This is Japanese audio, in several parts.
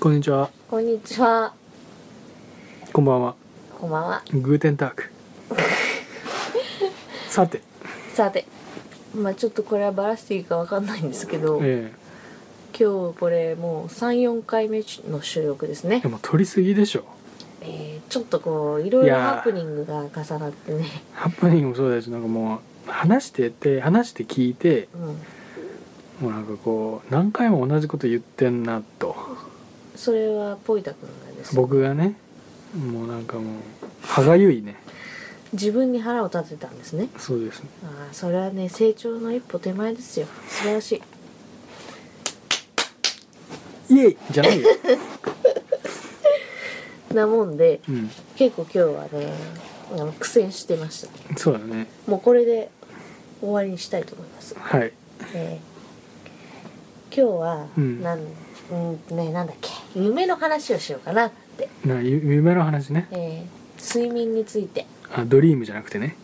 こんにちは。こんにちは。こんばんは。こんばんは。グーテンターク。さて、さて、まあちょっとこれはバラしていいかわかんないんですけど、え今日これもう3、4回目の収録ですえねで。も取りすぎでしょ。えーちょっとこう、いろいいろやーハプニングが重なってね。ハプニングもそうだし、なんかもう話してて話して聞いて、うもん。うなんかこう何回も同じこと言ってんなと。それはポイタくんがです。僕がね、もうなんかもう歯がゆいね。自分に腹を立てたんですね。そうです、ね。ああ、それはね、成長の一歩手前ですよ。素晴らしい。イエイじゃないよ。なもんで、うん。結構今日はね、あの苦戦してました。そうだね。もうこれで終わりにしたいと思います。はい。えー今日は、うんなん、うん、ねなんだっけ夢の話をしようかなって、なゆ夢の話ね。えー睡眠について あドリームじゃなくてね。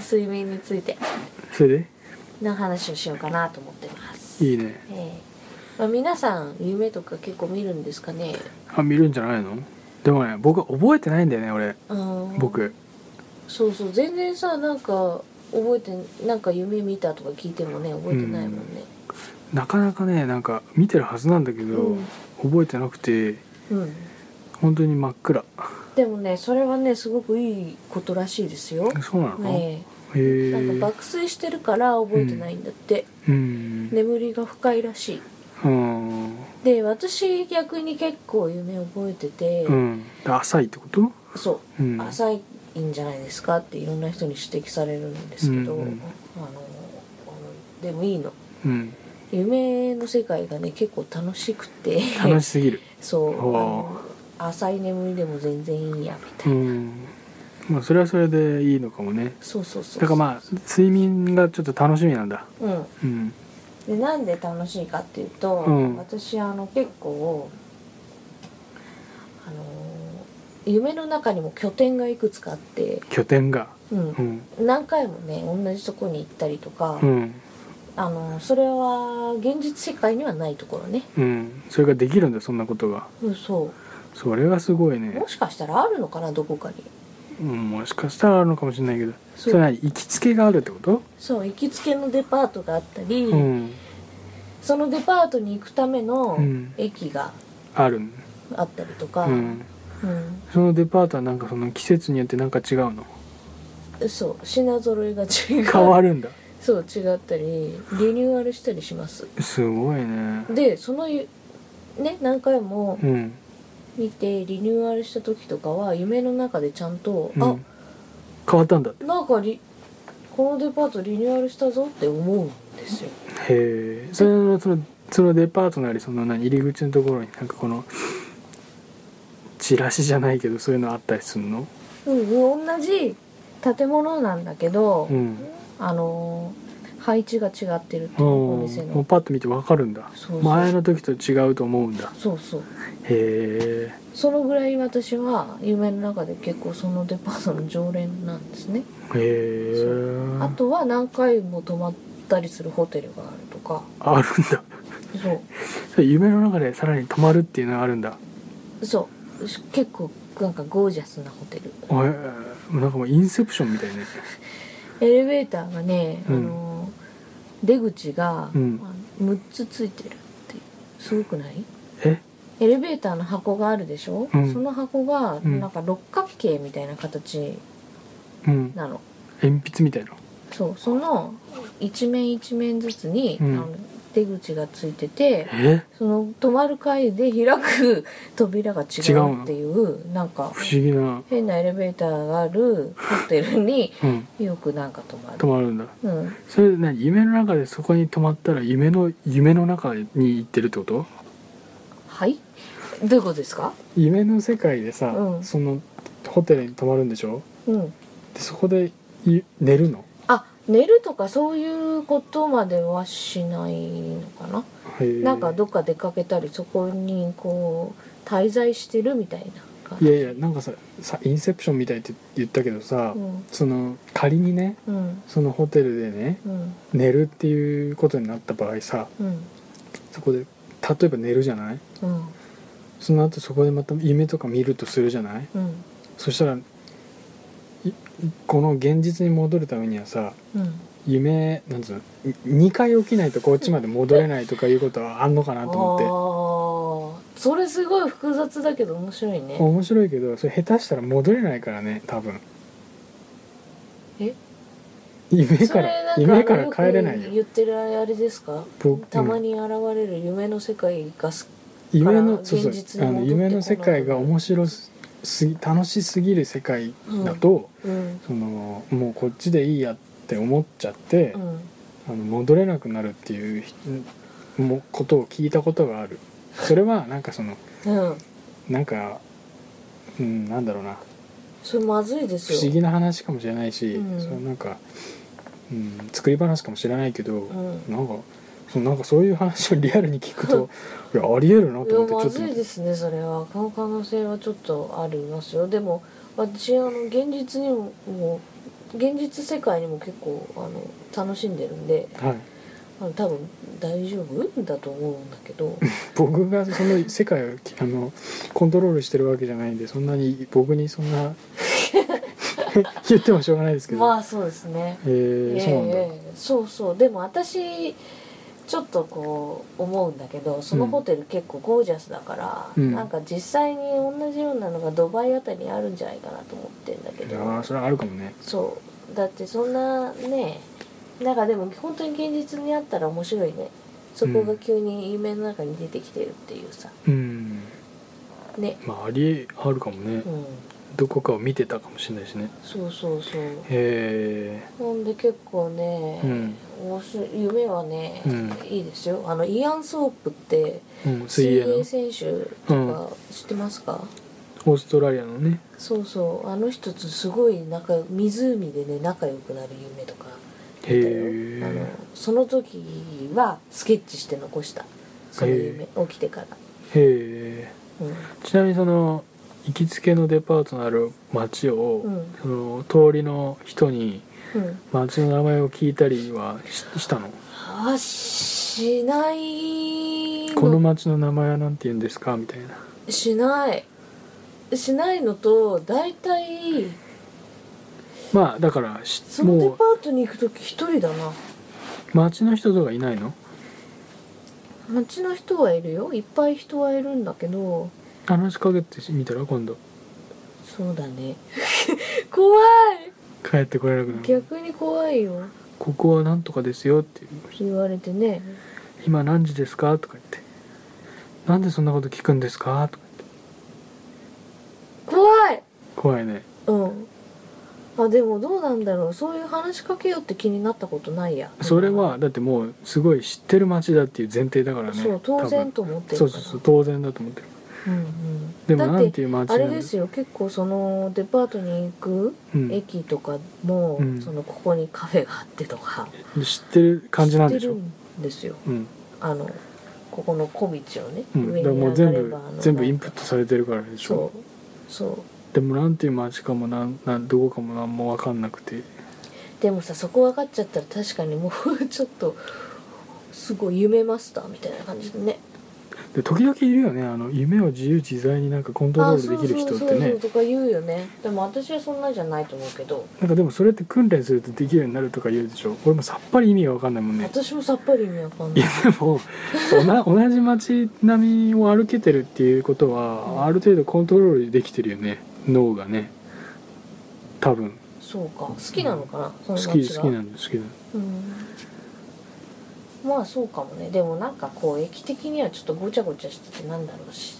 睡眠についてそれの話をしようかなと思ってます、でえいいね。ーまあ、皆さん夢とか結構見るんですかねあ見るんじゃないの？でもね、僕覚えてないんだよね、俺。うん僕。そうそう全然さなんか覚えてなんか夢見たとか聞いてもね覚えてないもんねなかなかねなんか見てるはずなんだけど、うん覚えてなくてうん本当に真っ暗でもねそれはねすごくいいことらしいですよ、そうなの、えーへえなんか爆睡してるから覚えてないんだって、うん、眠りが深いらしいうんで私逆に結構夢覚えてて、うん浅いってことそうんう浅いんじゃないですかっていろんな人に指摘されるんですけど、うんうあんのあのでもいいのうん夢の世界がね結構楽しくて楽しすぎるそうあほうの浅い眠りでも全然いいやみたいうな、んまあそれはそれでいいのかもねそうそうそうだからまあ睡眠がちょっと楽しみなんだうんうんでなんで楽しいかっていうと、うん私あの結構あの夢の中にも拠点がいくつかあって、拠点がうんうん何回もね同じとこに行ったりとか、うんあのそれは現実世界にはないところね、うんそれができるんだそんなことがうん、そそれがすごいうねもしかしたらあるのかなどこかにうんもしかしたらあるのかもしれないけどそそれうは行きつけがあるってことそう行きつけのデパートがあったり、うんそのデパートに行くためのうん駅があるあったりとか、うんうんそのデパートはなんかその季節によってなんか違うのそう品揃えが違う変わるんだそう違ったりリニューアルしたりしますすごいねでそのね何回もうん見てリニューアルした時とかは夢の中でちゃんと、うん変わったんだあなんかリこのデパートリニューアルしたぞって思うんですよへえそれのそのそのデパートなりその何入り口のところになんかこのチラシじゃないけどそういうのあったりするのうん同じ建物なんだけど、うんあのー配置が違ってるっていうおお店もうのパッと見てわかるんだそうそう前の時と違うと思うんだそうそうへえそのぐらい私は夢の中で結構そのデパートの常連なんですねへそえあとは何回も泊まったりするホテルがあるとかあるんだ そうそれ夢の中でさらに泊まるっていうのがあるんだそうし結構なんかゴージャスなホテルえなんかもうインセプションみたいねエレベーターがね、うんあの出口が、うんあの6つついてるっていうすごくないえエレベーターの箱があるでしょ、うんその箱がうんなんか六角形みたいな形うんなの、鉛筆みたいなそうその一面一面ずつに、うんあの出口がついててえその泊まる階で開く扉が違違ううのっていうなんか不思議な変なエレベーターがあるホテルにうんよくなんか泊まる泊。まるんだうん、それで何夢の中でそこに泊まったら夢の夢の中に行ってるってことはいどういうことですか夢の世界でさ、うんそのホテルに泊まるんでしょうんでそこでい寝るのあ寝るとかそういうことまではしないのかな、へえなんかどっか出かけたりそこにこう滞在してるみたいな感いじやいやなんかささインセプションみたいって言ったけどさ、うんその仮にねうんそのホテルでねうん寝るっていうことになった場合さうんそこで例えば寝るじゃないうんその後そこでまた夢とか見るとするじゃないうんそしたらいこの現実に戻るためにはさうん夢なんつうの2回起きないとこっちまで戻れないとかいうことはあんのかなと思っああそれすごい複雑だけど面白いてね面白いけどそれ下手したら戻れないからね多分え夢そかれらなんか夢から帰れないよくよ言ってるあれあれですか僕たまに現れる夢の世界がす夢のそう現実そうにあの戻ってこなくなる夢の世界が面白すすぎ楽しすぎる世界だと、うんそのもうこっちでいいやって思っちゃって、うんあの戻れなくなるっていうひもことを聞いたことがあるそれはなんかそのうんなんかうんなんだろうなそれまずいで不すよ思議な話かもしれないし、うんそれはなんか、うん、作り話かもしれないけど、うんなんかそうなんかそういう話をリアルに聞く といやありえるないやと思まってちずょっいとですねそれはこの可能性はちょっとありますよでも私あの現実にももう現実世界にも結構あの楽しんでるんではい、あの多分大丈夫だと思うんだけど僕がその世界をあのコントロールしてるわけじゃないんでそんなに僕にそんな 言ってもしょう がないですけど、まあそうですねえーええそうなんだ、ええそうそうでも私ちょっとこう思うんだけどそのホテル結構ゴージャスだから、うんなんか実際に同じようなのがドバイあたりにあるんじゃないかなと思ってんだけいどやーそれはあるかもねそうだってそんなねなんかでも本当に現実にあったら面白いねそこが急に夢の中に出てきてるっていうさうんねまあありあるかもね、うんどこかを見てたかもしれないしねそうそうそうへなんで結構ね、うん面白い夢はね、うんいいですよあのイアン・ソープってえ、うん、水水泳の泳選手とか知ってますか、オーストラリアのねそうそうあの人とすごい仲良湖でね仲良くなる夢とかへ見たよあえのその時はスケッチして残したその夢へ起きてから、へえうんちなみにその行きつけのデパートのある街を、うんその通りの人にうん、街の名前を聞いたりはししたのあしないこのの街の名前は何て言うんですかみたいなしないしないのと大体まあだからしそのデもパートに行く時一人だなう街の人とかいないの街の人はいるよいっぱい人はいるんだけど話しかけてみたら今度そうだね 怖い帰ってこれなくなる逆に怖いよここはなんとかですよっていう言われてね今何時ですか?」とか言って「なんでそんなこと聞くんですか?」とか言って怖い怖いねうんあでもどうなんだろうそういう話しかけようって気になったことないやそれはだってもうすごい知ってる街だっていう前提だからねそう当然多と思って分そるかうらそうそう当然だと思ってるうんうでん、もだなんってていう街あなれんでですよ結構そのデパートに行くうん、駅とかも、うんそのここにカフェがあってとか知ってる感じなんでし知ょってるんですようん、あのここの小道をね、うん、だ上からにもう上全がれ部ばあの全部インプットされてるからでしそょうそうでもなんていう街かもなんなんどこかも何も分かんなくてでもさそこ分かっちゃったら確かにもうちょっとすごい夢マスターみたいな感じでねで時々いるよねあの夢を自由自在になんかコントロールできる人っあそてうそうそうそねうとか言うよねでも私はそんなじゃないと思うけど、なんかでもそれって訓練するとできるようになるとか言うでしょ俺もさっぱり意味が分かんないもんね私もさっぱり意味わかんいないや でもおな同じ街並みを歩けてるっていうことうんはある程度コントロールできてるよね脳がね多分そうか好きなのかな、好そのき街が好きなんですけどうんまあそうかもねでもなんかこう駅的にはちょっとごちゃごちゃしててなんだろ うし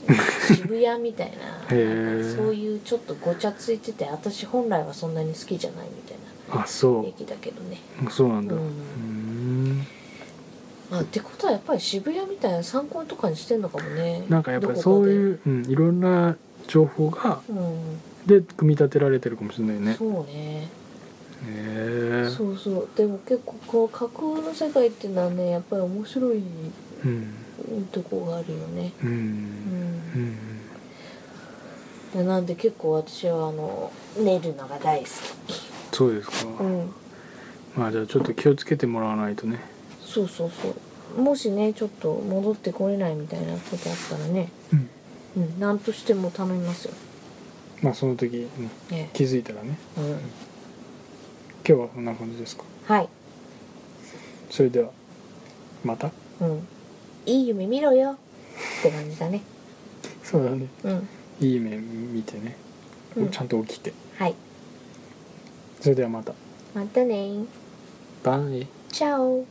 渋谷みたいななんかそうーいうちょっとごちゃついてて私本来はそんなに好きじゃないみたいあなそ駅だけどねうそうなんうだうんんあってことはやっぱり渋谷みたいな参考とかにしてんのかもねなんかやっぱりそうう、いう、うん、いろんな情報がうん、で組み立てられてるかもしれないねそうねへえそうそうでも結構この架空の世界っていうのはねやっぱり面白いうんとこがあるよねうんううんんうんでなんで結構私はあの寝るのが大好きそうですか、うんまあじゃあちょっと気をつけてもらわないとねそうそうそうもしねちょっと戻ってこれないみたいなことあったらねうんうん何としても頼みますよまあその時、うん、え気づいたらねえうん今日はこんな感じですかはいそれではまたうんいい夢見ろよって感じだねそうだねうんいい夢見てね、うんちゃんと起きてはいそれではまたまたねーバイチャオ